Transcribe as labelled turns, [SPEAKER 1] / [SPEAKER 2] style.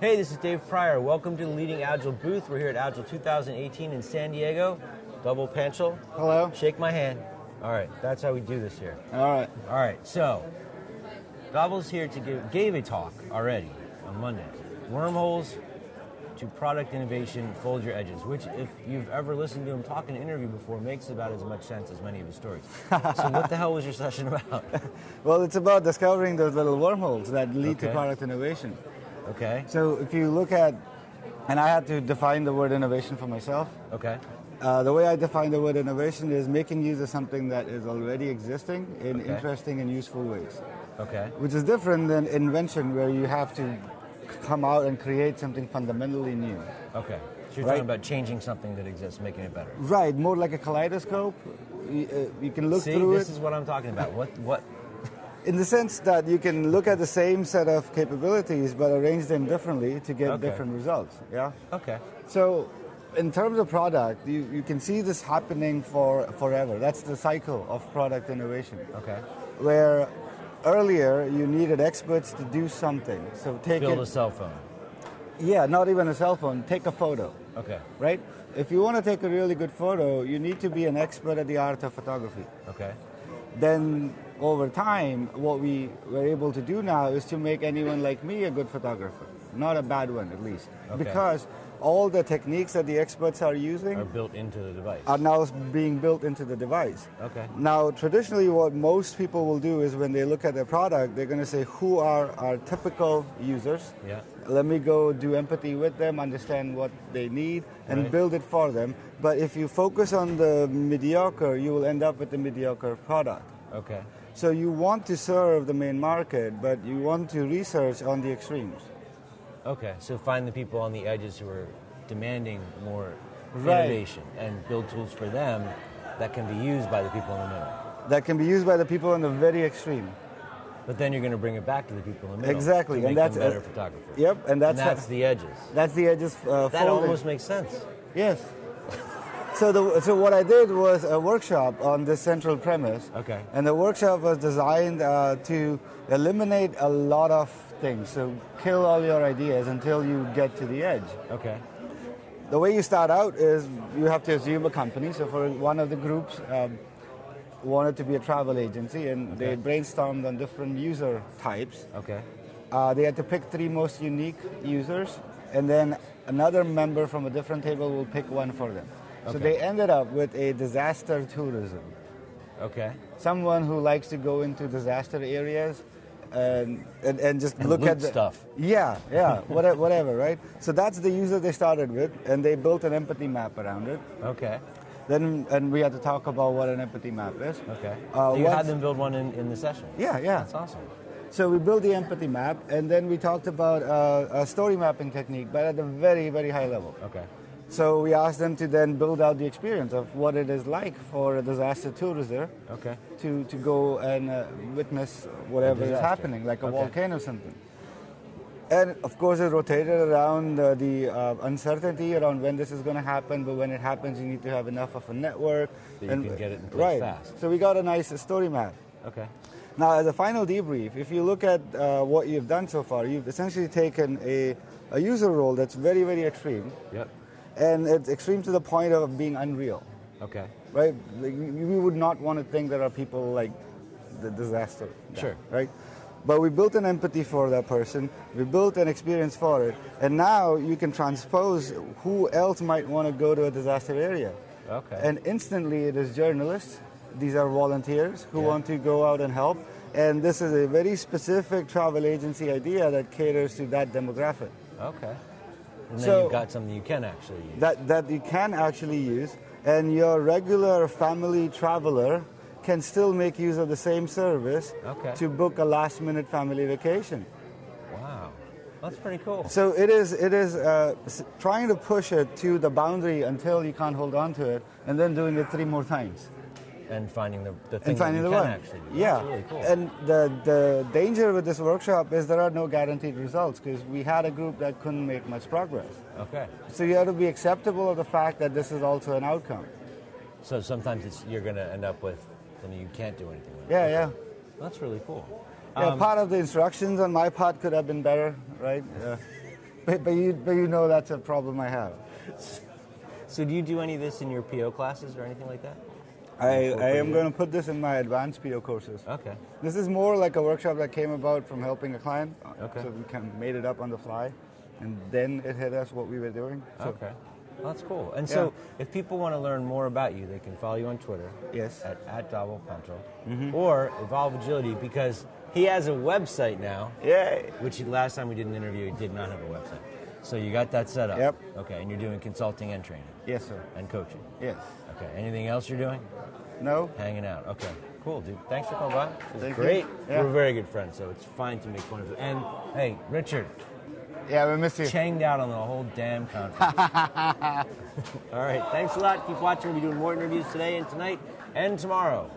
[SPEAKER 1] Hey, this is Dave Pryor. Welcome to the Leading Agile booth. We're here at Agile 2018 in San Diego. Double Panchel.
[SPEAKER 2] Hello.
[SPEAKER 1] Shake my hand. All right, that's how we do this here.
[SPEAKER 2] All right.
[SPEAKER 1] All right, so Gobble's here to give gave a talk already on Monday. Wormholes to product innovation, fold your edges. Which, if you've ever listened to him talk in an interview before, makes about as much sense as many of his stories. so, what the hell was your session about?
[SPEAKER 2] Well, it's about discovering those little wormholes that lead to
[SPEAKER 1] Okay.
[SPEAKER 2] product innovation.
[SPEAKER 1] Okay.
[SPEAKER 2] So if you look at, and I had to define the word innovation for myself.
[SPEAKER 1] Okay.
[SPEAKER 2] Uh, the way I define the word innovation is making use of something that is already existing in
[SPEAKER 1] Okay.
[SPEAKER 2] interesting and useful ways,
[SPEAKER 1] Okay.
[SPEAKER 2] which is different than invention, where you have to come out and create something fundamentally new.
[SPEAKER 1] Okay. So you're
[SPEAKER 2] Right.
[SPEAKER 1] talking about changing something that exists, making it better.
[SPEAKER 2] Right, more like a kaleidoscope. You, uh, you can look
[SPEAKER 1] See,
[SPEAKER 2] through
[SPEAKER 1] this
[SPEAKER 2] it
[SPEAKER 1] is what I'm talking about. What? What?
[SPEAKER 2] in the sense that you can look at the same set of capabilities but arrange them differently to get
[SPEAKER 1] Okay.
[SPEAKER 2] different results. Yeah.
[SPEAKER 1] Okay.
[SPEAKER 2] So, in terms of product, you, you can see this happening for forever. That's the cycle of product innovation,
[SPEAKER 1] Okay.
[SPEAKER 2] where earlier you needed experts to do something. So take
[SPEAKER 1] Build a
[SPEAKER 2] it,
[SPEAKER 1] cell phone.
[SPEAKER 2] yeah, not even a cell phone. Take a photo,
[SPEAKER 1] Okay.
[SPEAKER 2] right? If you want to take a really good photo, you need to be an expert at the art of photography.
[SPEAKER 1] Okay.
[SPEAKER 2] Then over time, what we were able to do now is to make anyone like me a good photographer, not a bad one at least,
[SPEAKER 1] Okay.
[SPEAKER 2] because all the techniques that the experts are using
[SPEAKER 1] Are built into the device.
[SPEAKER 2] are now being built into the device.
[SPEAKER 1] Okay.
[SPEAKER 2] Now, traditionally, what most people will do is when they look at their product, they're going to say, Who are our typical users?
[SPEAKER 1] Yeah.
[SPEAKER 2] Let me go do empathy with them, understand what they need, and
[SPEAKER 1] Right.
[SPEAKER 2] build it for them. But if you focus on the mediocre, you will end up with a mediocre product.
[SPEAKER 1] Okay.
[SPEAKER 2] So you want to serve the main market, but you want to research on the extremes.
[SPEAKER 1] Okay. So find the people on the edges who are demanding more
[SPEAKER 2] Right.
[SPEAKER 1] innovation and build tools for them that can be used by the people in the middle.
[SPEAKER 2] That can be used by the people on the very extreme.
[SPEAKER 1] But then you're going to bring it back to the people in the middle.
[SPEAKER 2] Exactly,
[SPEAKER 1] To
[SPEAKER 2] and
[SPEAKER 1] make them
[SPEAKER 2] that's-
[SPEAKER 1] better photographers.
[SPEAKER 2] Yep, and that's-
[SPEAKER 1] the edges.
[SPEAKER 2] That's the edges uh,
[SPEAKER 1] That
[SPEAKER 2] folded.
[SPEAKER 1] almost makes sense.
[SPEAKER 2] Yes. So, the, so what I did was a workshop on this central premise.
[SPEAKER 1] Okay.
[SPEAKER 2] And the workshop was designed uh, to eliminate a lot of things. So kill all your ideas until you get to the edge.
[SPEAKER 1] Okay.
[SPEAKER 2] The way you start out is you have to assume a company. So for one of the groups um, wanted to be a travel agency, and they brainstormed on different user types.
[SPEAKER 1] Okay.
[SPEAKER 2] Uh, they had to pick three most unique users, and then another member from a different table will pick one for them. So
[SPEAKER 1] Okay.
[SPEAKER 2] they ended up with a disaster tourism.
[SPEAKER 1] Okay.
[SPEAKER 2] Someone who likes to go into disaster areas and, and, and just
[SPEAKER 1] And
[SPEAKER 2] look
[SPEAKER 1] loot
[SPEAKER 2] at the,
[SPEAKER 1] stuff.
[SPEAKER 2] Yeah, yeah, whatever, whatever, right? So that's the user they started with, and they built an empathy map around it.
[SPEAKER 1] Okay.
[SPEAKER 2] Then, and we had to talk about what an empathy map is.
[SPEAKER 1] Okay.
[SPEAKER 2] Uh,
[SPEAKER 1] so you
[SPEAKER 2] once-
[SPEAKER 1] had them build one in, in the session.
[SPEAKER 2] Yeah, yeah.
[SPEAKER 1] That's awesome.
[SPEAKER 2] So we built the empathy map, and then we talked about uh, a story mapping technique, but at a very, very high level.
[SPEAKER 1] Okay.
[SPEAKER 2] So we asked them to then build out the experience of what it is like for a disaster tourism
[SPEAKER 1] Okay.
[SPEAKER 2] to, to go and uh, witness whatever is
[SPEAKER 1] disaster.
[SPEAKER 2] happening, like a
[SPEAKER 1] Okay.
[SPEAKER 2] volcano or something. And of course, it rotated around uh, the uh, uncertainty around when this is going to happen. But when it happens, you need to have enough of a network.
[SPEAKER 1] That you can get it in place
[SPEAKER 2] right.
[SPEAKER 1] fast.
[SPEAKER 2] So we got a nice story map.
[SPEAKER 1] Okay.
[SPEAKER 2] Now, as a final debrief, if you look at uh, what you've done so far, you've essentially taken a, a user role that's very, very extreme,
[SPEAKER 1] Yep.
[SPEAKER 2] and it's extreme to the point of being unreal,
[SPEAKER 1] Okay.
[SPEAKER 2] right? Like, you, you would not want to think there are people like the disaster, guy,
[SPEAKER 1] Sure.
[SPEAKER 2] right? But we built an empathy for that person. We built an experience for it, and now you can transpose who else might want to go to a disaster area.
[SPEAKER 1] Okay.
[SPEAKER 2] And instantly, it is journalists. These are volunteers who
[SPEAKER 1] Yeah.
[SPEAKER 2] want to go out and help. And this is a very specific travel agency idea that caters to that demographic.
[SPEAKER 1] okay. And then
[SPEAKER 2] So-
[SPEAKER 1] you've got something you can actually use.
[SPEAKER 2] that, that you can actually use, and your regular family traveler can still make use of the same service
[SPEAKER 1] Okay.
[SPEAKER 2] to book a last minute family vacation.
[SPEAKER 1] Wow. That's pretty cool.
[SPEAKER 2] So it is, it is uh, s- trying to push it to the boundary until you can't hold on to it, and then doing it three more times.
[SPEAKER 1] And finding the, the thing
[SPEAKER 2] And finding
[SPEAKER 1] that
[SPEAKER 2] the
[SPEAKER 1] you
[SPEAKER 2] one.
[SPEAKER 1] can actually do.
[SPEAKER 2] yeah.
[SPEAKER 1] That's really cool.
[SPEAKER 2] And the, the danger with this workshop is there are no guaranteed results because we had a group that couldn't make much progress.
[SPEAKER 1] okay.
[SPEAKER 2] So you have to be acceptable of the fact that this is also an outcome.
[SPEAKER 1] So sometimes it's, you're going to end up with something you can't do anything with.
[SPEAKER 2] Yeah, yeah.
[SPEAKER 1] That's really cool.
[SPEAKER 2] Um, Yeah, part of the instructions on my part could have been better, right? Uh, but, but, you, but you know that's a problem I have.
[SPEAKER 1] So do you do any of this in your PO classes or anything like that?
[SPEAKER 2] I, I am
[SPEAKER 1] Incorporated.
[SPEAKER 2] going to put this in my advanced PO courses.
[SPEAKER 1] Okay.
[SPEAKER 2] This is more like a workshop that came about from helping a client.
[SPEAKER 1] Okay.
[SPEAKER 2] So we kind of made it up on the fly, and then it hit us what we were doing. So
[SPEAKER 1] okay. Well, that's cool. And so, if people want to learn more about you, they can follow you on Twitter.
[SPEAKER 2] Yes. Mm-hmm.
[SPEAKER 1] At, at Davo Pancho. Or Evolve Agility because he has a website now,
[SPEAKER 2] Yeah.
[SPEAKER 1] which last time we did an interview, he did not have a website. So, you got that set up.
[SPEAKER 2] Yep.
[SPEAKER 1] Okay. And you're doing consulting and training
[SPEAKER 2] Yes, sir.
[SPEAKER 1] and coaching.
[SPEAKER 2] Yes.
[SPEAKER 1] Okay. Anything else you're doing?
[SPEAKER 2] No.
[SPEAKER 1] Hanging out. Okay. Cool, dude. Thanks for coming by. It was
[SPEAKER 2] Thank you.
[SPEAKER 1] great.
[SPEAKER 2] Yeah.
[SPEAKER 1] We're very good friends, so it's fine to make fun of it. And hey, Richard,
[SPEAKER 2] Yeah, we miss you.
[SPEAKER 1] changed out on the whole damn conference. All right, thanks a lot. Keep watching. We'll be doing more interviews today and tonight and tomorrow.